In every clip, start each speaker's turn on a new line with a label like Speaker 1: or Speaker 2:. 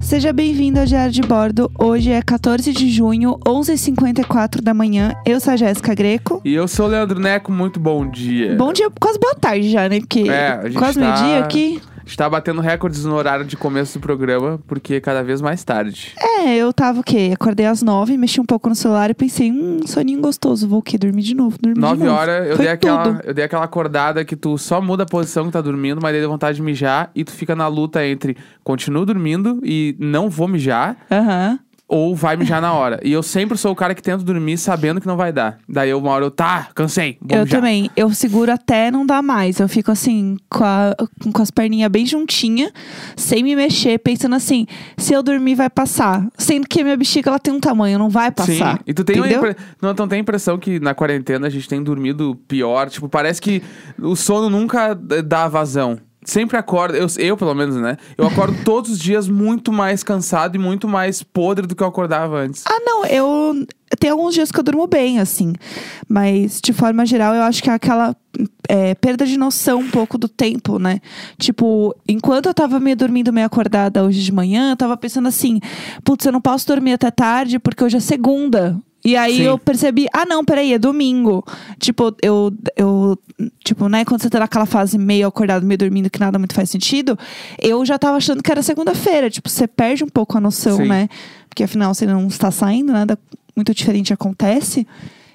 Speaker 1: Seja bem-vindo ao Diário de Bordo. Hoje é 14 de junho, 11h54 da manhã. Eu sou a Jéssica Greco.
Speaker 2: E eu sou o Leandro Neco, muito bom dia.
Speaker 1: Bom dia, quase boa tarde já, né? Porque
Speaker 2: É, a gente
Speaker 1: quase
Speaker 2: tá-
Speaker 1: meio-dia aqui.
Speaker 2: Está batendo recordes no horário de começo do programa, porque é cada vez mais tarde.
Speaker 1: É, eu tava o quê? Acordei às nove, mexi um pouco no celular e pensei, hum, soninho gostoso, vou o quê? Dormir de novo, dormir de
Speaker 2: Nove
Speaker 1: novo.
Speaker 2: horas, eu
Speaker 1: Foi
Speaker 2: dei, aquela,
Speaker 1: tudo.
Speaker 2: eu dei aquela acordada que tu só muda a posição que tá dormindo, mas daí deu vontade de mijar e tu fica na luta entre continuo dormindo e não vou mijar
Speaker 1: Aham.
Speaker 2: ou vai mijar na hora. E eu sempre sou o cara que tento dormir sabendo que não vai dar. Daí eu, uma hora eu, tá, cansei, vou
Speaker 1: Eu
Speaker 2: mijar.
Speaker 1: também. Eu seguro até não dar mais. Eu fico assim, com, a- com as perninhas bem juntinha, sem me mexer, pensando assim, se eu dormir vai passar. Sendo que a minha bexiga ela tem um tamanho, não vai passar.
Speaker 2: Sim. E tu tem uma
Speaker 1: entendeu?
Speaker 2: impre... não, então tem a impressão que na quarentena a gente tem dormido pior. Tipo, parece que o sono nunca d- dá vazão. Sempre acordo, eu, eu pelo menos, né? Eu acordo todos os dias muito mais cansado e muito mais podre do que eu acordava antes.
Speaker 1: Ah, não, eu. Tem alguns dias que eu durmo bem, assim. Mas, de forma geral, eu acho que é aquela é, perda de noção um pouco do tempo, né? Tipo, enquanto eu tava meio dormindo, meio acordada hoje de manhã, eu tava pensando assim: putz, eu não posso dormir até tarde porque hoje é segunda. E aí
Speaker 2: Sim.
Speaker 1: eu percebi, ah não, peraí, é domingo. Tipo, eu, eu. Tipo, né, quando você tá naquela fase meio acordado, meio dormindo, que nada muito faz sentido, eu já tava achando que era segunda-feira. Tipo, você perde um pouco a noção,
Speaker 2: Sim.
Speaker 1: né? Porque afinal você não está saindo, nada muito diferente acontece.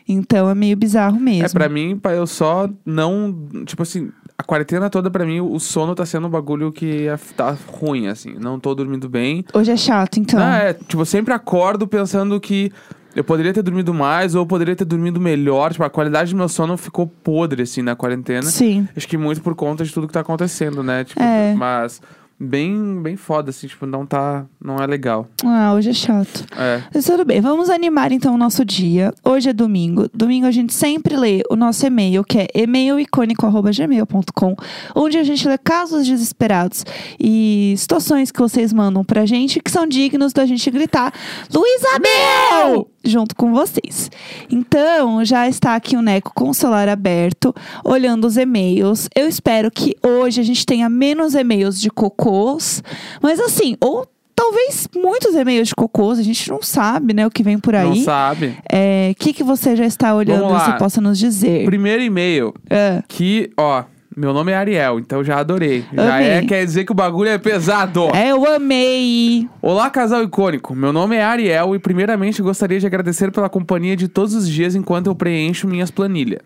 Speaker 1: Então é meio bizarro mesmo.
Speaker 2: É, pra mim, pra- eu só não. Tipo assim, a quarentena toda, pra mim, o sono tá sendo um bagulho que é- tá ruim, assim. Não tô dormindo bem.
Speaker 1: Hoje é chato, então.
Speaker 2: Ah, é, tipo, eu sempre acordo pensando que eu poderia ter dormido mais ou eu poderia ter dormido melhor. Tipo, a qualidade do meu sono ficou podre, assim, na quarentena.
Speaker 1: Sim.
Speaker 2: Acho que muito por conta de tudo que tá acontecendo, né? Tipo,
Speaker 1: É.
Speaker 2: mas bem, bem foda, assim, tipo, não tá. Não é legal.
Speaker 1: Ah, hoje é chato.
Speaker 2: É.
Speaker 1: Mas tudo bem, vamos animar então o nosso dia. Hoje é domingo. Domingo a gente sempre lê o nosso e-mail, que é e-mailicônico.gmail.com, onde a gente lê casos desesperados e situações que vocês mandam pra gente que são dignos da gente gritar Luísa Mel! junto com vocês. Então, já está aqui o Neco com o celular aberto, olhando os e-mails. Eu espero que hoje a gente tenha menos e-mails de cocôs, mas assim, ou Talvez muitos e-mails de cocôs, a gente não sabe, né, o que vem por
Speaker 2: Não
Speaker 1: aí.
Speaker 2: sabe.
Speaker 1: É, que que você já está olhando
Speaker 2: Vamos
Speaker 1: e
Speaker 2: lá.
Speaker 1: você possa nos dizer?
Speaker 2: Primeiro e-mail
Speaker 1: É.
Speaker 2: que, ó. Meu nome é Ariel, então já adorei. Já
Speaker 1: Amei.
Speaker 2: é, quer dizer que o bagulho é pesado.
Speaker 1: É, eu amei.
Speaker 2: Olá, casal icônico. Meu nome é Ariel e primeiramente gostaria de agradecer pela companhia de todos os dias enquanto eu preencho minhas planilhas.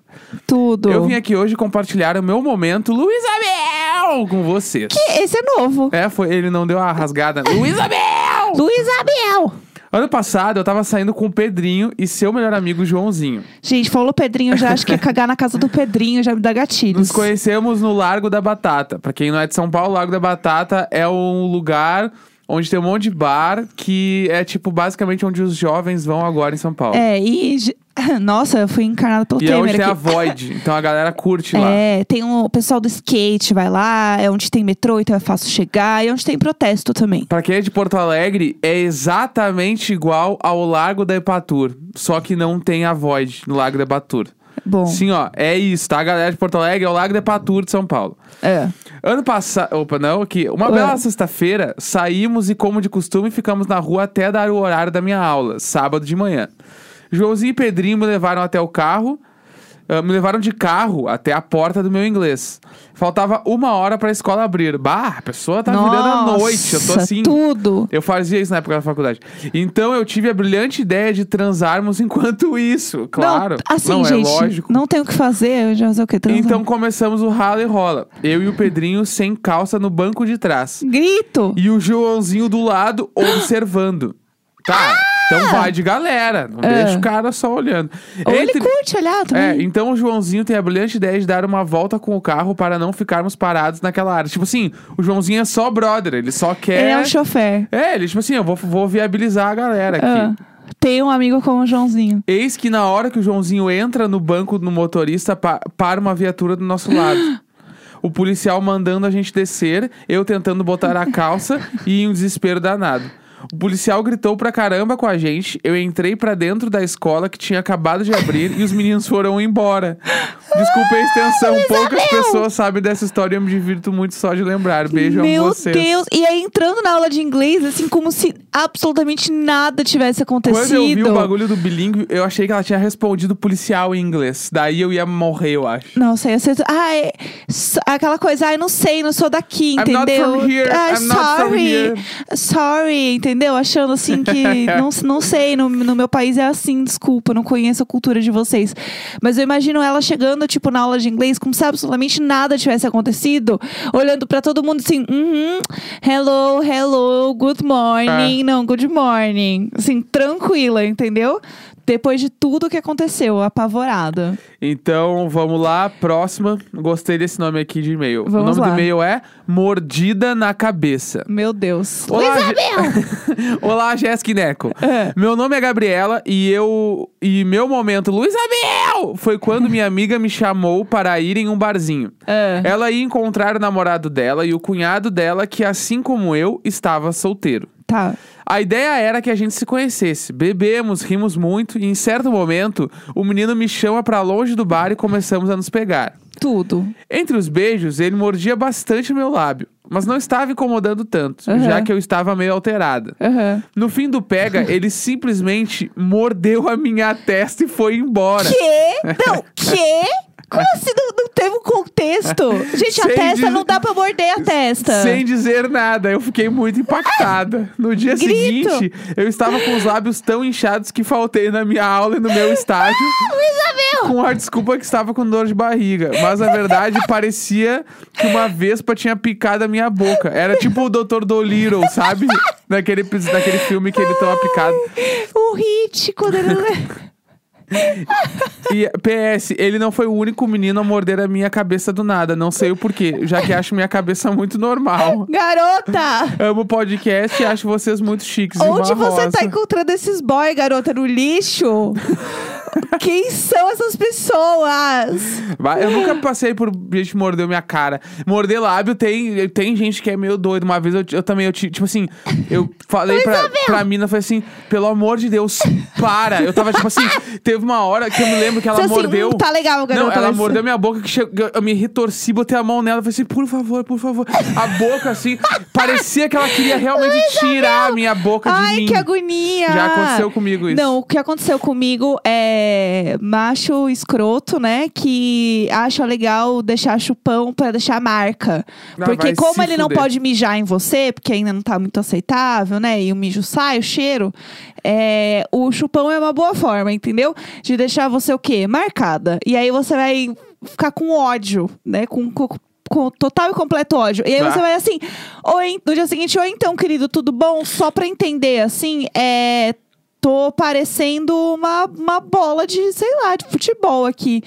Speaker 1: Tudo.
Speaker 2: Eu vim aqui hoje compartilhar o meu momento Luísa Mel com vocês.
Speaker 1: Esse é novo.
Speaker 2: É, foi, ele não deu a rasgada. Luísa Mel!
Speaker 1: Luiz Abel.
Speaker 2: Ano passado eu tava saindo com o Pedrinho e seu melhor amigo Joãozinho.
Speaker 1: Gente, falou Pedrinho, já acho que ia cagar na casa do Pedrinho, já me dá gatilhos.
Speaker 2: Nos conhecemos no Largo da Batata. Pra quem não é de São Paulo, o Largo da Batata é um lugar onde tem um monte de bar que é tipo basicamente onde os jovens vão agora em São Paulo.
Speaker 1: É, e... ge- Nossa, eu fui encarnada pelo
Speaker 2: E é
Speaker 1: Temer
Speaker 2: onde tem a
Speaker 1: aqui.
Speaker 2: Void. Então a galera curte lá.
Speaker 1: É, tem o pessoal do skate, vai lá, é onde tem metrô, então é fácil chegar, e onde tem protesto também.
Speaker 2: Pra quem é de Porto Alegre, é exatamente igual ao Largo da Epatur. Só que não tem a Void no Largo da Epatur.
Speaker 1: Bom,
Speaker 2: Sim, ó. É isso, tá? A galera de Porto Alegre é o Largo da Epatur de São Paulo.
Speaker 1: é.
Speaker 2: Ano passado. Opa, não, aqui. Uma
Speaker 1: Ué.
Speaker 2: bela sexta-feira, saímos e, como de costume, ficamos na rua até dar o horário da minha aula, sábado de manhã. Joãozinho e Pedrinho me levaram até o carro. ah, me levaram de carro até a porta do meu inglês. Faltava uma hora pra escola abrir. Bah, a pessoa tá virando a
Speaker 1: Nossa,
Speaker 2: noite. Eu tô assim.
Speaker 1: tudo.
Speaker 2: Eu fazia isso na época da faculdade. Então eu tive a brilhante ideia de transarmos enquanto isso, claro.
Speaker 1: Não, assim,
Speaker 2: não
Speaker 1: gente,
Speaker 2: é lógico.
Speaker 1: não tem o que fazer, eu já fazer o que? Transar.
Speaker 2: Então começamos o rala e rola. Eu e o Pedrinho sem calça no banco de trás.
Speaker 1: Grito!
Speaker 2: E o Joãozinho do lado observando. Tá, então vai de galera. Não
Speaker 1: Ah! É.
Speaker 2: deixa o cara só olhando.
Speaker 1: Ou ele curte olhar
Speaker 2: É,
Speaker 1: também.
Speaker 2: então o Joãozinho tem a brilhante ideia de dar uma volta com o carro para não ficarmos parados naquela área. Tipo assim, o Joãozinho é só brother, ele só quer.
Speaker 1: Ele é um chofer.
Speaker 2: É, ele, tipo assim, eu vou, vou viabilizar a galera aqui.
Speaker 1: Ah, tem um amigo como o Joãozinho.
Speaker 2: Eis que na hora que o Joãozinho entra no banco do motorista, pa- para uma viatura do nosso lado. O policial mandando a gente descer, eu tentando botar a calça e em um desespero danado. O policial gritou pra caramba com a gente. Eu entrei pra dentro da escola que tinha acabado de abrir e os meninos foram embora. Desculpa a extensão, poucas pessoas sabem dessa história e eu me divirto muito só de lembrar. Beijo a
Speaker 1: Meu
Speaker 2: vocês.
Speaker 1: Deus! E aí entrando na aula de inglês, assim, como se absolutamente nada tivesse acontecido.
Speaker 2: Quando eu vi o bagulho do bilíngue, eu achei que ela tinha respondido policial em inglês. Daí eu ia morrer, eu acho.
Speaker 1: Não sei, eu sei. Ah, é, s- aquela coisa, ai, não sei, não sou daqui,
Speaker 2: I'm not
Speaker 1: entendeu?
Speaker 2: from here,
Speaker 1: Ah,
Speaker 2: I'm not from
Speaker 1: sorry.
Speaker 2: here.
Speaker 1: Sorry, entendeu? Achando assim que não, não sei, no, no meu país é assim, desculpa, não conheço a cultura de vocês. Mas eu imagino ela chegando, tipo, na aula de inglês, como se absolutamente nada tivesse acontecido, olhando pra todo mundo assim, uhum, hello, hello, good
Speaker 2: É.
Speaker 1: morning, não, good morning. Assim, tranquila, entendeu? Depois de tudo que aconteceu, apavorada.
Speaker 2: Então, vamos lá, próxima. Gostei desse nome aqui de e-mail. o
Speaker 1: Vamos
Speaker 2: nome do
Speaker 1: lá.
Speaker 2: e-mail é Mordida na Cabeça.
Speaker 1: Meu Deus.
Speaker 2: Olá, Isabel! Olá, Jéssica e Neco.
Speaker 1: É.
Speaker 2: Meu nome é Gabriela e eu. E meu momento, Luiz Abel! Foi quando minha amiga me chamou para ir em um barzinho.
Speaker 1: É.
Speaker 2: Ela ia encontrar o namorado dela e o cunhado dela, que assim como eu, estava solteiro.
Speaker 1: Tá.
Speaker 2: A ideia era que a gente se conhecesse. Bebemos, rimos muito e em certo momento o menino me chama pra longe do bar e começamos a nos pegar.
Speaker 1: Tudo.
Speaker 2: Entre os beijos, ele mordia bastante o meu lábio, mas não estava incomodando tanto,
Speaker 1: Uhum.
Speaker 2: já que eu estava meio alterada.
Speaker 1: Aham.
Speaker 2: No fim do pega, ele simplesmente mordeu a minha testa e foi embora.
Speaker 1: Quê? Não, quê? Como assim? Não, não teve um contexto. Gente, a
Speaker 2: Sem
Speaker 1: testa
Speaker 2: dizer-
Speaker 1: não dá pra morder a testa.
Speaker 2: Sem dizer nada, eu fiquei muito impactada. No dia
Speaker 1: Grito.
Speaker 2: seguinte, eu estava com os lábios tão inchados que faltei na minha aula e no meu estágio. Com a desculpa que estava com dor de barriga. Mas na verdade parecia que uma vespa tinha picado a minha boca. Era tipo o Dr. Dolittle, sabe? Naquele, epi- naquele filme que ele toma picado.
Speaker 1: O hit quando ele.
Speaker 2: E PS, ele não foi o único menino a morder a minha cabeça do nada. Não sei o porquê, já que acho minha cabeça muito normal.
Speaker 1: Garota!
Speaker 2: Amo o podcast e acho vocês muito chiques. e
Speaker 1: Onde você
Speaker 2: barrosa.
Speaker 1: tá encontrando esses boy, garota? No lixo? Quem são essas pessoas?
Speaker 2: Vai, Eu nunca passei por gente que mordeu minha cara. Morder lábio tem, tem gente que é meio doido. Uma vez eu, eu também, eu, ti- tipo assim, eu falei
Speaker 1: é,
Speaker 2: pra, pra mina, foi assim, pelo amor de Deus, para. Eu tava, tipo assim, teve uma hora que eu me lembro que ela
Speaker 1: Você assim,
Speaker 2: mordeu.
Speaker 1: "Hum, tá legal, garota,
Speaker 2: Não, ela
Speaker 1: mas-
Speaker 2: mordeu minha boca, que chegou- eu- eu me retorci, botei a mão nela, falei assim, por favor, por favor. A boca, assim, parecia que ela queria realmente tirar a minha boca de
Speaker 1: é, Ai,
Speaker 2: mim.
Speaker 1: que agonia!
Speaker 2: Já aconteceu comigo isso.
Speaker 1: Não, o que aconteceu comigo é macho escroto, né? Que acha legal deixar chupão pra deixar marca.
Speaker 2: Ah, vai
Speaker 1: porque como
Speaker 2: se
Speaker 1: ele não
Speaker 2: fuder.
Speaker 1: pode mijar em você, porque ainda não tá muito aceitável, né? E o mijo sai, o cheiro. é, o chupão é uma boa forma, entendeu? De deixar você o quê? Marcada. E aí você vai ficar com ódio, né? Com, com- com total e completo ódio. E aí
Speaker 2: Tá.
Speaker 1: você vai assim, oi, no dia seguinte, oi então, querido, tudo bom? Só pra entender, assim, é. Tô parecendo uma, uma bola de, sei lá, de futebol aqui.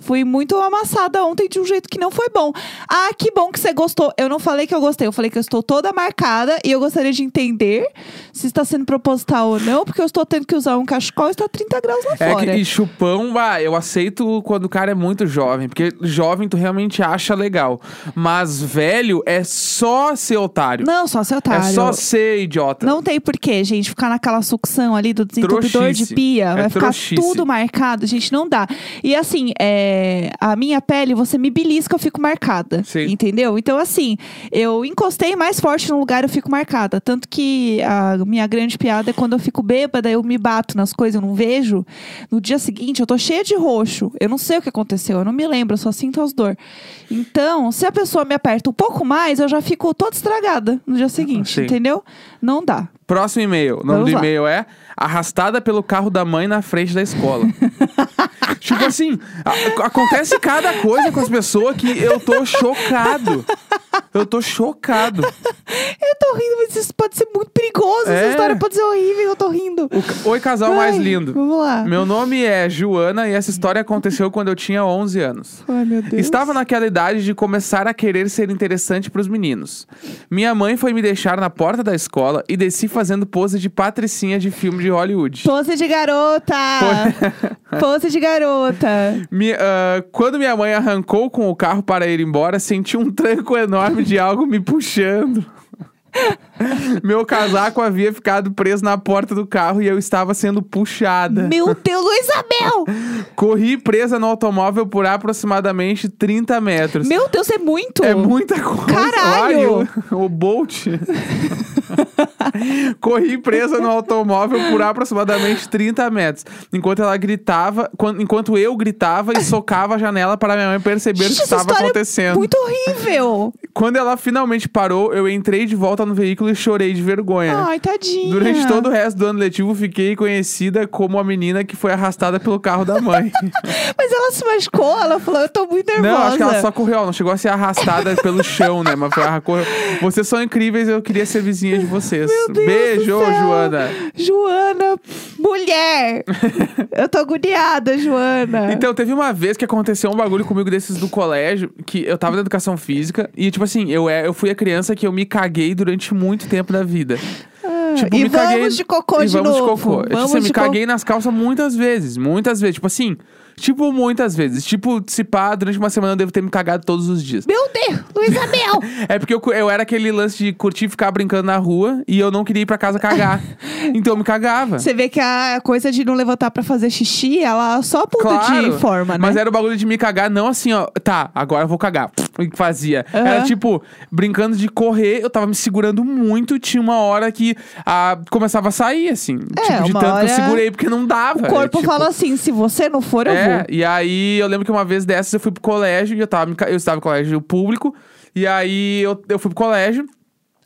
Speaker 1: Fui muito amassada ontem de um jeito que não foi bom. Ah, que bom que você gostou. Eu não falei que eu gostei, eu falei que eu estou toda marcada e eu gostaria de entender se está sendo proposital ou não, porque eu estou tendo que usar um cachecol e está 30 graus lá
Speaker 2: É que,
Speaker 1: fora.
Speaker 2: e chupão, bah, eu aceito quando o cara é muito jovem, porque jovem tu realmente acha legal. Mas velho é só ser otário.
Speaker 1: Não, só seu otário.
Speaker 2: É só ser idiota.
Speaker 1: Não tem porquê, gente, ficar naquela sucção ali do desentupidor
Speaker 2: Trouxice.
Speaker 1: de pia.
Speaker 2: É
Speaker 1: vai ficar
Speaker 2: trouxice.
Speaker 1: tudo marcado, gente, não dá. E assim, é, a minha pele, você me belisca, eu fico marcada.
Speaker 2: Sim.
Speaker 1: Entendeu? Então, assim, eu encostei mais forte no lugar, eu fico marcada. Tanto que a minha grande piada é quando eu fico bêbada, eu me bato nas coisas, eu não vejo. No dia seguinte, eu tô cheia de roxo. Eu não sei o que aconteceu, eu não me lembro, eu só sinto as dor. Então, se a pessoa me aperta um pouco mais, eu já fico toda estragada no dia seguinte,
Speaker 2: Sim.
Speaker 1: entendeu? Não dá.
Speaker 2: Próximo e-mail. O nome
Speaker 1: Vamos
Speaker 2: do
Speaker 1: lá.
Speaker 2: e-mail é Arrastada pelo carro da mãe na frente da escola. tipo assim, a- acontece cada coisa com as pessoas que eu tô chocado. Eu tô chocado.
Speaker 1: Eu tô rindo, mas isso pode ser muito perigoso.
Speaker 2: É.
Speaker 1: Essa história pode ser horrível, eu tô rindo.
Speaker 2: O ca- Oi, casal mais
Speaker 1: Ai,
Speaker 2: lindo.
Speaker 1: Vamos lá.
Speaker 2: Meu nome é Joana e essa história aconteceu quando eu tinha 11 anos.
Speaker 1: Ai, meu Deus.
Speaker 2: Estava naquela idade de começar a querer ser interessante para os meninos. Minha mãe foi me deixar na porta da escola e desci fazendo pose de patricinha de filme de Hollywood.
Speaker 1: Pose de garota! Pose de garota.
Speaker 2: Mi- ah, quando minha mãe arrancou com o carro para ir embora, senti um tranco enorme de algo me puxando. Meu casaco havia ficado preso na porta do carro e eu estava sendo puxada.
Speaker 1: Meu Deus, Isabel!
Speaker 2: Corri presa no automóvel por aproximadamente 30 metros.
Speaker 1: Meu Deus, é muito!
Speaker 2: É muita coisa.
Speaker 1: Caralho!
Speaker 2: Olha, o, o Bolt. Corri presa no automóvel por aproximadamente 30 metros. Enquanto ela gritava, quan- enquanto eu gritava e socava a janela para minha mãe perceber o
Speaker 1: Gente,
Speaker 2: que
Speaker 1: essa
Speaker 2: estava
Speaker 1: história é
Speaker 2: acontecendo.
Speaker 1: muito horrível!
Speaker 2: Quando ela finalmente parou, eu entrei de volta no veículo e chorei de vergonha.
Speaker 1: Ai, tadinha.
Speaker 2: É. Durante todo o resto do ano letivo, fiquei conhecida como a menina que foi arrastada pelo carro da mãe.
Speaker 1: Mas ela se machucou, ela falou, eu tô muito nervosa.
Speaker 2: não, acho que ela só correu, ela não chegou a ser arrastada pelo chão, né? Mas foi ela correu. Vocês são incríveis, eu queria ser vizinha de vocês.
Speaker 1: Meu Deus
Speaker 2: Beijo,
Speaker 1: do céu.
Speaker 2: Joana.
Speaker 1: Joana, mulher! eu tô agoniada, Joana.
Speaker 2: Então, teve uma vez que aconteceu um bagulho comigo desses do colégio, que eu tava na educação física, e tipo assim, eu, é, eu fui a criança que eu me caguei durante muito tempo da vida. Tipo,
Speaker 1: Ah, e
Speaker 2: me
Speaker 1: vamos
Speaker 2: caguei-
Speaker 1: de cocô
Speaker 2: e
Speaker 1: de
Speaker 2: vamos
Speaker 1: novo.
Speaker 2: de cocô. Eu, tipo,
Speaker 1: Vamos
Speaker 2: assim,
Speaker 1: de
Speaker 2: me
Speaker 1: co-
Speaker 2: caguei nas calças muitas vezes, muitas vezes. Tipo assim, tipo muitas vezes. Tipo, se pá, durante uma semana eu devo ter me cagado todos os dias.
Speaker 1: Meu Deus, Luísa Mel!
Speaker 2: É porque eu, cu- eu era aquele lance de curtir e ficar brincando na rua e eu não queria ir pra casa cagar. então eu me cagava.
Speaker 1: Você vê que a coisa de não levantar pra fazer xixi, ela só a ponta
Speaker 2: Claro,
Speaker 1: é de forma, né?
Speaker 2: Mas era o bagulho de me cagar, não assim, ó. Tá, agora eu vou cagar. E fazia.
Speaker 1: Aham.
Speaker 2: Era tipo, brincando de correr, eu tava me segurando muito. Tinha uma hora que ah, começava a sair, assim.
Speaker 1: É,
Speaker 2: tipo, de
Speaker 1: uma
Speaker 2: tanto que eu
Speaker 1: hora
Speaker 2: segurei, porque não dava.
Speaker 1: O corpo
Speaker 2: tipo,
Speaker 1: fala assim, se você não for, eu
Speaker 2: É,
Speaker 1: vou.
Speaker 2: e aí eu lembro que uma vez dessas eu fui pro colégio e eu tava, me ca- eu estava no colégio público. E aí eu, eu fui pro colégio.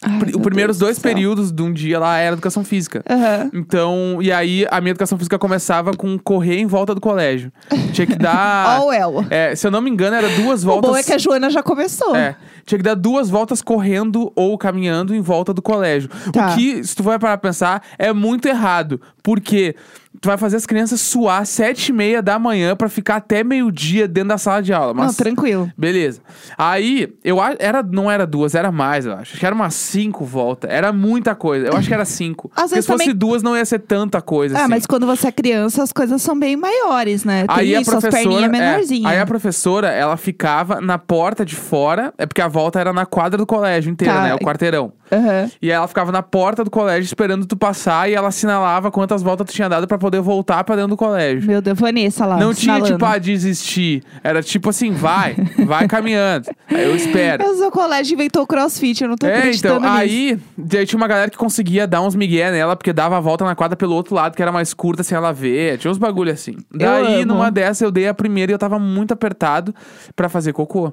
Speaker 1: Ai,
Speaker 2: Pri-
Speaker 1: meu
Speaker 2: os primeiros
Speaker 1: Deus
Speaker 2: dois
Speaker 1: do céu.
Speaker 2: períodos de um dia lá era educação física.
Speaker 1: Aham.
Speaker 2: Então, e aí a minha educação física começava com correr em volta do colégio. Tinha que dar.
Speaker 1: All well.
Speaker 2: É, se eu não me engano, era duas
Speaker 1: O
Speaker 2: voltas.
Speaker 1: bom é que um. a Joana já começou.
Speaker 2: É, tinha que dar duas voltas correndo ou caminhando em volta do colégio.
Speaker 1: Tá.
Speaker 2: O que, se tu vai parar pra pensar, é muito errado. Porque tu vai fazer as crianças suar sete e meia da manhã pra ficar até meio-dia dentro da sala de aula.
Speaker 1: Não,
Speaker 2: Mas assim-
Speaker 1: tranquilo.
Speaker 2: Beleza. Aí, eu a- era, não era duas, era mais, eu acho. Acho que era umas cinco voltas. Era muita coisa. Eu acho que era cinco.
Speaker 1: Às
Speaker 2: Porque
Speaker 1: vezes
Speaker 2: se fosse
Speaker 1: também-
Speaker 2: duas, não ia ser tanta coisa.
Speaker 1: Ah,
Speaker 2: assim.
Speaker 1: mas quando você é criança, as coisas são bem maiores, né? Tem
Speaker 2: Aí
Speaker 1: isso,
Speaker 2: a professora,
Speaker 1: as perninhas
Speaker 2: é,
Speaker 1: menorzinhas.
Speaker 2: aí a professora, ela ficava na porta de fora, é porque a volta era na quadra do colégio inteira,
Speaker 1: Tá.
Speaker 2: né? O quarteirão.
Speaker 1: Aham.
Speaker 2: E aí ela ficava na porta do colégio esperando tu passar e ela assinalava quantas voltas tu tinha dado pra poder voltar pra dentro do colégio.
Speaker 1: Meu Deus, Vanessa lá.
Speaker 2: Não tinha
Speaker 1: sinalando.
Speaker 2: tipo a desistir, era tipo assim, vai, vai caminhando. Aí eu espero.
Speaker 1: Mas o colégio inventou o crossfit, eu não tô
Speaker 2: É,
Speaker 1: acreditando
Speaker 2: então,
Speaker 1: nisso.
Speaker 2: aí, daí tinha uma galera que conseguia dar uns migué nela, porque dava a volta na quadra pelo outro lado, que era mais curta sem ela ver. Tinha uns bagulho assim. Daí,
Speaker 1: amo.
Speaker 2: numa dessa, eu dei a primeira e eu tava muito apertado pra fazer cocô.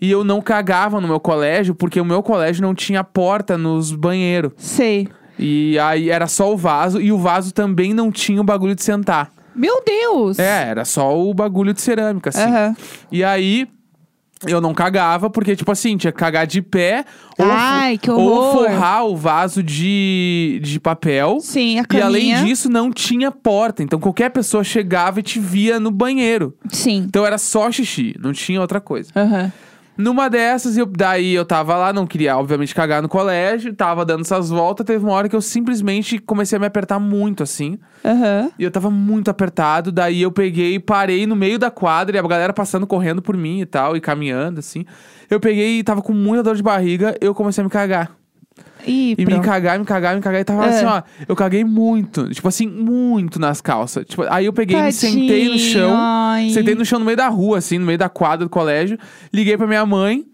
Speaker 2: E eu não cagava no meu colégio, porque o meu colégio não tinha porta nos banheiros.
Speaker 1: Sei.
Speaker 2: E aí era só o vaso, e o vaso também não tinha o bagulho de sentar.
Speaker 1: Meu Deus!
Speaker 2: É, era só o bagulho de cerâmica, assim.
Speaker 1: Aham.
Speaker 2: E aí. Eu não cagava, porque, tipo assim, tinha que cagar de pé ou, fo-
Speaker 1: Ai, que
Speaker 2: ou
Speaker 1: horror.
Speaker 2: forrar o vaso de, de papel.
Speaker 1: Sim, a
Speaker 2: E
Speaker 1: caminha.
Speaker 2: além disso, não tinha porta. Então qualquer pessoa chegava e te via no banheiro.
Speaker 1: Sim.
Speaker 2: Então era só xixi, não tinha outra coisa.
Speaker 1: Aham.
Speaker 2: Numa dessas, eu, daí eu tava lá, não queria, obviamente, cagar no colégio, tava dando essas voltas. Teve uma hora que eu simplesmente comecei a me apertar muito, assim.
Speaker 1: Aham.
Speaker 2: E eu tava muito apertado, daí eu peguei e parei no meio da quadra, e a galera passando, correndo por mim e tal, e caminhando, assim. Eu peguei e tava com muita dor de barriga, eu comecei a me cagar.
Speaker 1: E,
Speaker 2: E me
Speaker 1: pronto.
Speaker 2: cagar, me cagar, me cagar, e tava
Speaker 1: É.
Speaker 2: assim, ó, eu caguei muito, tipo assim, muito nas calças. Tipo, aí eu peguei, me sentei no chão,
Speaker 1: Tadinho, ai.
Speaker 2: sentei no chão no meio da rua, assim, no meio da quadra do colégio, liguei pra minha mãe,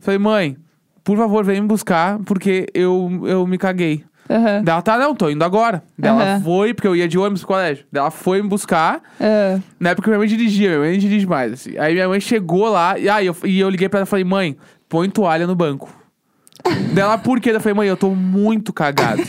Speaker 2: falei, mãe, por favor, vem me buscar, porque eu, eu me caguei.
Speaker 1: Aham.
Speaker 2: Dela tá, não, tô indo agora. Dela
Speaker 1: Aham.
Speaker 2: foi, porque eu ia de ônibus pro colégio. Dela foi me buscar.
Speaker 1: Aham.
Speaker 2: Na época minha mãe dirigia, minha mãe nem dirige mais, assim. Aí minha mãe chegou lá, e, aí eu, e eu liguei pra ela e falei, mãe, põe toalha no banco. Dela, por quê? Eu falei, mãe, eu tô muito cagado.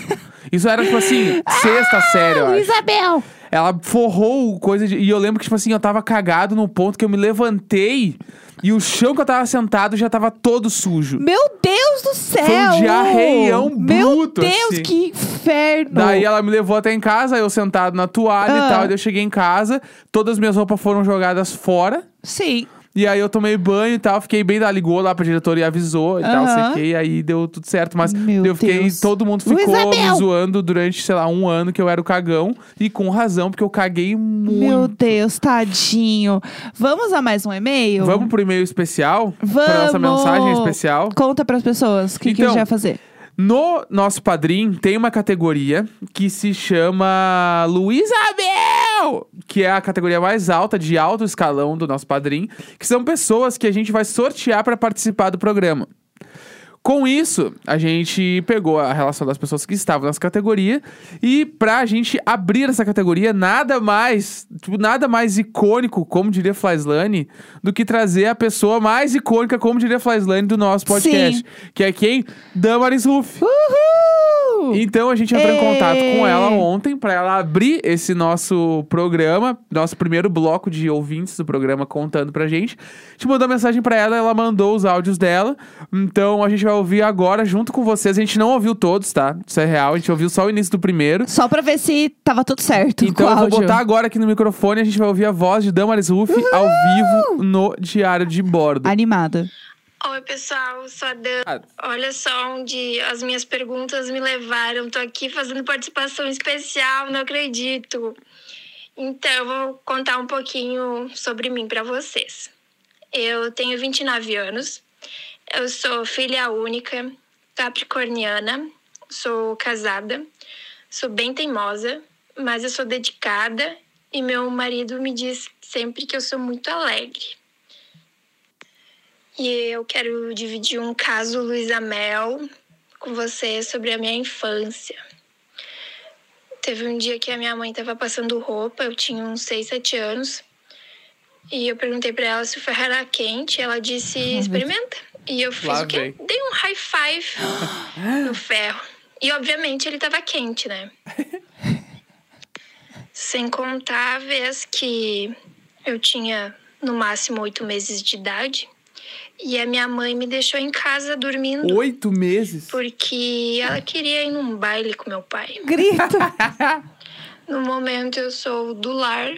Speaker 2: Isso era, tipo assim, sexta série, eu acho.
Speaker 1: Isabel!
Speaker 2: Ela forrou o coisa de... E eu lembro que, tipo assim, eu tava cagado no ponto que eu me levantei e o chão que eu tava sentado já tava todo sujo.
Speaker 1: Meu Deus do céu!
Speaker 2: diarreião
Speaker 1: Meu
Speaker 2: um bruto,
Speaker 1: Deus,
Speaker 2: assim.
Speaker 1: que inferno!
Speaker 2: Daí ela me levou até em casa, eu sentado na toalha
Speaker 1: Ah.
Speaker 2: e tal. E daí eu cheguei em casa, todas as minhas roupas foram jogadas fora.
Speaker 1: Sim.
Speaker 2: E aí eu tomei banho e tal, fiquei bem da ligou lá pra diretora e avisou e tal,
Speaker 1: Aham.
Speaker 2: sei o que, e aí deu tudo certo. Mas
Speaker 1: Meu
Speaker 2: eu fiquei,
Speaker 1: Deus.
Speaker 2: todo mundo ficou
Speaker 1: Luísa Mel!
Speaker 2: me zoando durante, sei lá, um ano que eu era o cagão, e com razão, porque eu caguei muito.
Speaker 1: Meu Deus, tadinho. Vamos a mais um e-mail?
Speaker 2: Vamos pro e-mail especial? Pra nossa
Speaker 1: Vamos!
Speaker 2: mensagem especial?
Speaker 1: Conta pras pessoas o que, que a gente
Speaker 2: Então,
Speaker 1: vai fazer.
Speaker 2: No nosso padrim tem uma categoria que se chama Luiz Abel, que é a categoria mais alta de alto escalão do nosso padrim, que são pessoas que a gente vai sortear para participar do programa. Com isso, a gente pegou a relação das pessoas que estavam nessa categoria e pra gente abrir essa categoria, nada mais, tipo, nada mais icônico, como diria Flyslane, do que trazer a pessoa mais icônica, como diria Flyslane, do nosso podcast,
Speaker 1: Sim.
Speaker 2: que é quem? Damaris Ruff.
Speaker 1: Uhul!
Speaker 2: Então a gente entrou em
Speaker 1: Ê!
Speaker 2: contato com
Speaker 1: É.
Speaker 2: ela ontem pra ela abrir esse nosso programa, nosso primeiro bloco de ouvintes do programa contando pra gente. A gente mandou mensagem pra ela, ela mandou os áudios dela. Então a gente vai ouvir agora junto com vocês. A gente não ouviu todos, tá? Isso é real, a gente ouviu só o início do primeiro.
Speaker 1: Só pra ver se tava tudo certo
Speaker 2: Então
Speaker 1: com o
Speaker 2: eu vou
Speaker 1: áudio.
Speaker 2: botar agora aqui no microfone, a gente vai ouvir a voz de Damaris Ruff ao vivo no Diário de Bordo.
Speaker 1: Animada.
Speaker 3: Oi, pessoal, sou a Dan.
Speaker 2: Ah.
Speaker 3: Olha só onde as minhas perguntas me levaram. Tô aqui fazendo participação especial, não acredito. Então, eu vou contar um pouquinho sobre mim para vocês. Eu tenho 29 anos, eu sou filha única, capricorniana, sou casada, sou bem teimosa, mas eu sou dedicada e meu marido me diz sempre que eu sou muito alegre. E eu quero dividir um caso Luísa Mel com você sobre a minha infância. Teve um dia que a minha mãe estava passando roupa, eu tinha uns 6, 7 anos. E eu perguntei para ela se o ferro era quente, ela disse: "Experimenta". E eu fiz
Speaker 2: Lá
Speaker 3: o quê?
Speaker 2: vem.
Speaker 3: Dei um high five no ferro. E obviamente ele estava quente, né? Sem contar a vez que eu tinha no máximo oito meses de idade. E a minha mãe me deixou em casa dormindo
Speaker 2: Oito meses?
Speaker 3: porque ela queria ir num baile com meu pai.
Speaker 1: Grita.
Speaker 3: No momento eu sou do lar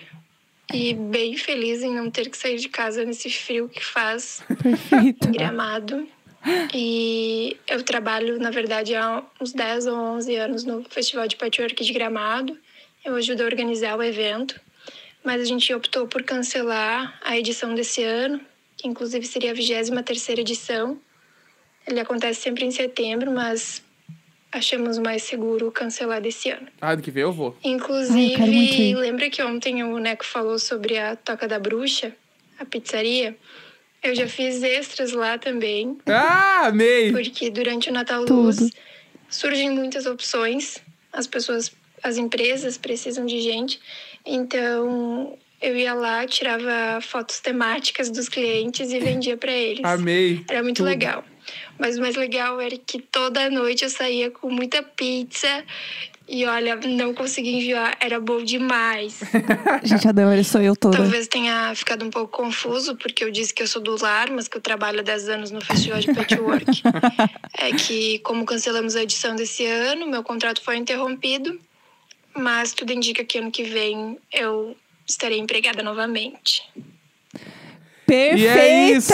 Speaker 3: e bem feliz em não ter que sair de casa nesse frio que faz
Speaker 1: Perfeito.
Speaker 3: em Gramado. é E eu trabalho, na verdade, há uns 10 ou 11 anos no Festival de Patchwork de Gramado. Eu ajudo a organizar o evento, mas a gente optou por cancelar a edição desse ano, que inclusive seria a 23ª edição. Ele acontece sempre em setembro, mas achamos mais seguro cancelar desse ano.
Speaker 2: Ah, do que vem eu vou.
Speaker 1: Ai, eu quero muito
Speaker 3: Inclusive,
Speaker 1: ir.
Speaker 3: lembra que ontem o Neco falou sobre a Toca da Bruxa, a pizzaria? Eu já fiz extras lá também,
Speaker 2: Ah, amei!
Speaker 3: porque durante o Natal
Speaker 1: Tudo.
Speaker 3: Luz surgem muitas opções. As pessoas, as empresas precisam de gente. Então, eu ia lá, tirava fotos temáticas dos clientes e vendia para eles.
Speaker 2: Amei.
Speaker 3: Era muito
Speaker 2: Tudo.
Speaker 3: legal. Mas o mais legal era que toda noite eu saía com muita pizza. E olha, não consegui enviar, era bom demais.
Speaker 1: Gente, a Damaris sou eu toda.
Speaker 3: Talvez tenha ficado um pouco confuso, porque eu disse que eu sou do lar, mas que eu trabalho há 10 anos no Festival de Patchwork. é que, como cancelamos a edição desse ano, meu contrato foi interrompido, mas tudo indica que ano que vem eu estarei empregada novamente.
Speaker 1: Perfeita!
Speaker 2: E é isso!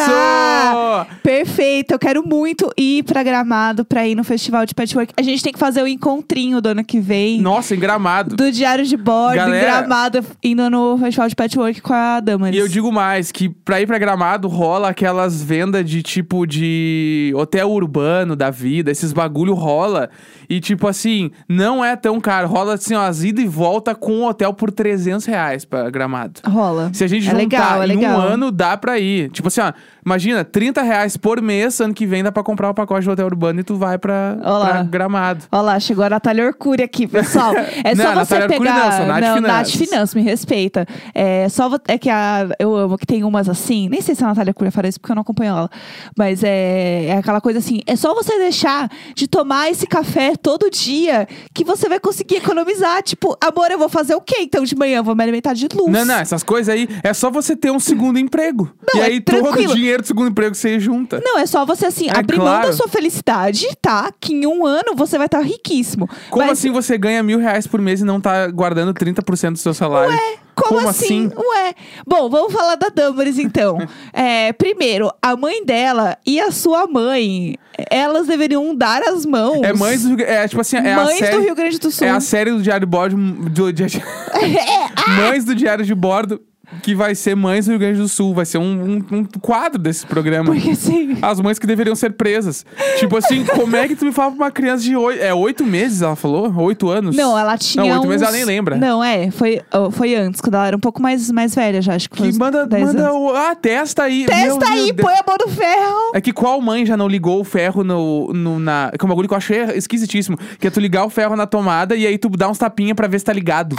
Speaker 1: Perfeita, eu quero muito ir pra Gramado pra ir no Festival de Patchwork. A gente tem que fazer o encontrinho do ano que vem.
Speaker 2: Nossa, em Gramado.
Speaker 1: Do Diário de Bordo,
Speaker 2: Galera-
Speaker 1: Gramado, indo no Festival de Patchwork com a Damaris.
Speaker 2: E eu digo mais, que pra ir pra Gramado rola aquelas vendas de tipo de hotel urbano da vida, esses bagulho rola. E tipo assim, não é tão caro. Rola assim, ó, as ida e volta com o hotel por 300 reais pra Gramado.
Speaker 1: Rola.
Speaker 2: Se a gente
Speaker 1: é
Speaker 2: juntar
Speaker 1: legal, é
Speaker 2: em
Speaker 1: legal.
Speaker 2: um ano, dá pra ir. Tipo assim, ó, imagina, 30 reais por mês, ano que vem dá pra comprar o pacote do hotel urbano e tu vai pra,
Speaker 1: Ó lá.
Speaker 2: pra Gramado.
Speaker 1: Olha lá, chegou a Natália Orcuri aqui, pessoal. É
Speaker 2: Não,
Speaker 1: só você
Speaker 2: Natália Arcuri
Speaker 1: pegar.
Speaker 2: não, sou Nath Finanças.
Speaker 1: Nath Finanças, me respeita. É só vo- é que a, eu amo que tem umas assim. Nem sei se a Natália Arcuri fará isso porque eu não acompanho ela. Mas é, é aquela coisa assim: é só você deixar de tomar esse café todo dia que você vai conseguir economizar. Tipo, amor, eu vou fazer o quê então de manhã? Eu Vou me alimentar de luz.
Speaker 2: Não, não, essas coisas aí é só você ter um segundo emprego.
Speaker 1: Não,
Speaker 2: e
Speaker 1: é
Speaker 2: aí todo
Speaker 1: tranquilo.
Speaker 2: o dinheiro do segundo emprego você junta.
Speaker 1: Não, é só você assim,
Speaker 2: É
Speaker 1: abrir mão
Speaker 2: claro.
Speaker 1: da sua felicidade, tá? Que em um ano você vai estar riquíssimo.
Speaker 2: Como
Speaker 1: Mas-
Speaker 2: assim você ganha mil reais por mês e não tá guardando 30% do seu salário?
Speaker 1: Ué, como, assim? Ué. Bom, vamos falar da Damaris então. É, primeiro, a mãe dela e a sua mãe, elas deveriam dar as mãos.
Speaker 2: É mães do Rio Grande É tipo assim, é a
Speaker 1: Mães
Speaker 2: série.
Speaker 1: do Rio Grande do Sul.
Speaker 2: É a série do Diário de Bordo. Do, de-
Speaker 1: É,
Speaker 2: Mães do Diário de Bordo. que vai ser Mães do Rio Grande do Sul. Vai ser um, um- um quadro desse programa.
Speaker 1: Porque assim.
Speaker 2: As mães que deveriam ser presas. Tipo assim, como é que tu me fala pra uma criança de oito... É oito meses, ela falou? Oito anos?
Speaker 1: Não, ela tinha.
Speaker 2: Não, oito meses ela
Speaker 1: uns-
Speaker 2: nem lembra.
Speaker 1: Não, é. Foi, oh, foi antes, quando ela era um pouco mais, mais velha já. Acho que foi.
Speaker 2: Que
Speaker 1: uns
Speaker 2: manda,
Speaker 1: 10
Speaker 2: manda
Speaker 1: anos.
Speaker 2: o... Ah, testa aí. Meu
Speaker 1: Testa aí,
Speaker 2: Deus.
Speaker 1: põe a mão no ferro.
Speaker 2: É que qual mãe já não ligou o ferro no, no- na... Que é um bagulho que eu achei esquisitíssimo. Que é tu ligar o ferro na tomada e aí tu dá uns tapinha pra ver se tá ligado.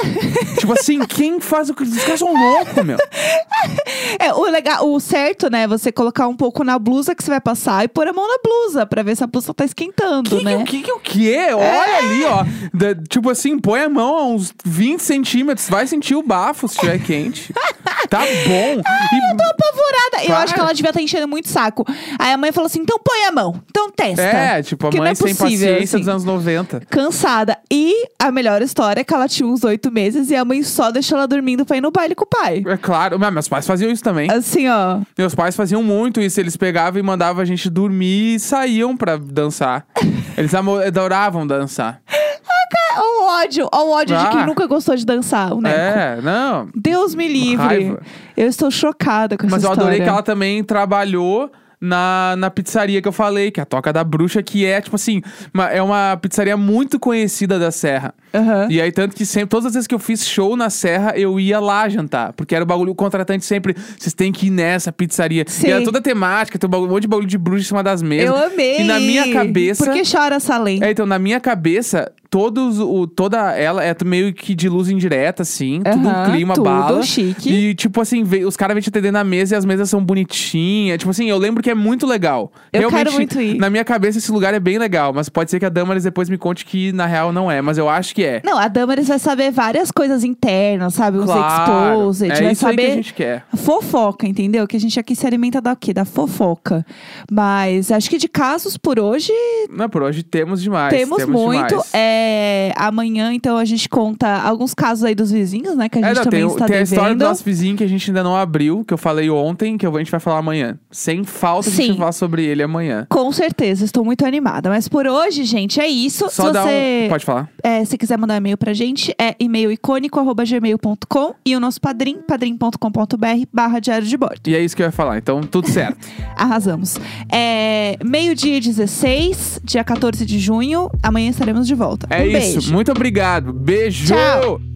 Speaker 2: tipo assim, quem faz o que... Os caras são loucos, meu.
Speaker 1: É, o, legal, o certo, né? é Você colocar um pouco na blusa que você vai passar e pôr a mão na blusa pra ver se a blusa tá esquentando,
Speaker 2: Que,
Speaker 1: né?
Speaker 2: que, que, o que? Olha ali,
Speaker 1: É.
Speaker 2: ó. Da- tipo assim, põe a mão a uns 20 centímetros. Vai sentir o bafo se estiver quente. Tá bom. E-
Speaker 1: Apavorada. Eu
Speaker 2: Claro.
Speaker 1: acho que ela devia estar enchendo muito saco. Aí a mãe falou assim: então põe a mão, então testa.
Speaker 2: é, tipo, a
Speaker 1: Porque não
Speaker 2: mãe
Speaker 1: é
Speaker 2: sem
Speaker 1: possível,
Speaker 2: paciência
Speaker 1: assim.
Speaker 2: dos anos 90.
Speaker 1: Cansada. E a melhor história é que ela tinha uns oito meses e a mãe só deixou ela dormindo pra ir no baile com o pai.
Speaker 2: É claro, mas meus pais faziam isso também.
Speaker 1: Assim, ó.
Speaker 2: Meus pais faziam muito isso. Eles pegavam e mandavam a gente dormir e saíam pra dançar. Eles amo- adoravam dançar.
Speaker 1: Olha É, o ódio, olha o ódio de
Speaker 2: Ah.
Speaker 1: quem nunca gostou de dançar, né?
Speaker 2: É, não.
Speaker 1: Deus me livre.
Speaker 2: Raiva.
Speaker 1: Eu estou chocada com
Speaker 2: Mas
Speaker 1: essa
Speaker 2: eu
Speaker 1: história.
Speaker 2: adorei que ela tá também trabalhou na, na pizzaria que eu falei, que é a Toca da Bruxa, que é, tipo assim, uma- é uma pizzaria muito conhecida da Serra.
Speaker 1: Aham.
Speaker 2: E aí, tanto que sempre, todas as vezes que eu fiz show na Serra, eu ia lá jantar. Porque era o bagulho, o contratante sempre, vocês têm que ir nessa pizzaria.
Speaker 1: Sim.
Speaker 2: E era toda temática, tem um bagulho- um monte de bagulho de bruxa em cima das mesas.
Speaker 1: Eu amei.
Speaker 2: E na minha cabeça.
Speaker 1: Por que chora, Salem?
Speaker 2: É, então, na minha cabeça, todos o, toda ela é meio que de luz indireta, assim. Tudo um
Speaker 1: Aham,
Speaker 2: clima,
Speaker 1: tudo
Speaker 2: bala.
Speaker 1: chique.
Speaker 2: E, tipo assim, vê- os caras vêm te atender na mesa e as mesas são bonitinhas. Tipo assim, eu lembro que é muito legal.
Speaker 1: Eu
Speaker 2: Realmente,
Speaker 1: quero muito ir.
Speaker 2: Na minha cabeça, esse lugar é bem legal. Mas pode ser que a Damaris depois me conte que, na real, não é. Mas eu acho que é.
Speaker 1: Não, a Damaris vai saber várias coisas internas, sabe? Os
Speaker 2: claro.
Speaker 1: exposed,
Speaker 2: É
Speaker 1: vai
Speaker 2: isso aí
Speaker 1: saber
Speaker 2: que a gente quer.
Speaker 1: fofoca, entendeu? Que a gente aqui se alimenta da quê? Da fofoca. Mas acho que de casos por hoje
Speaker 2: Não, por hoje temos demais.
Speaker 1: temos, muito.
Speaker 2: demais.
Speaker 1: É, amanhã, então, a gente conta alguns casos aí dos vizinhos, né? Que a
Speaker 2: É,
Speaker 1: gente
Speaker 2: não,
Speaker 1: também
Speaker 2: tem,
Speaker 1: está
Speaker 2: tem a história do
Speaker 1: devendo.
Speaker 2: nosso vizinho que a gente ainda não abriu, que eu falei ontem, que eu- a gente vai falar amanhã. Sem falta, a
Speaker 1: Sim.
Speaker 2: gente vai falar sobre ele amanhã.
Speaker 1: Com certeza, estou muito animada. Mas por hoje, gente, é isso.
Speaker 2: Só
Speaker 1: se
Speaker 2: dá
Speaker 1: você
Speaker 2: um. Pode falar.
Speaker 1: é, se quiser mandar um e-mail pra gente, é e-mail icônico.gmail.com e o nosso padrim, padrim.com.br barra diário de bordo.
Speaker 2: E é isso que eu ia falar, então tudo certo.
Speaker 1: Arrasamos. É, meio-dia e 16, dia 14 de junho. Amanhã estaremos de volta.
Speaker 2: É
Speaker 1: um
Speaker 2: isso.
Speaker 1: beijo.
Speaker 2: Muito obrigado. Beijo.
Speaker 1: Tchau.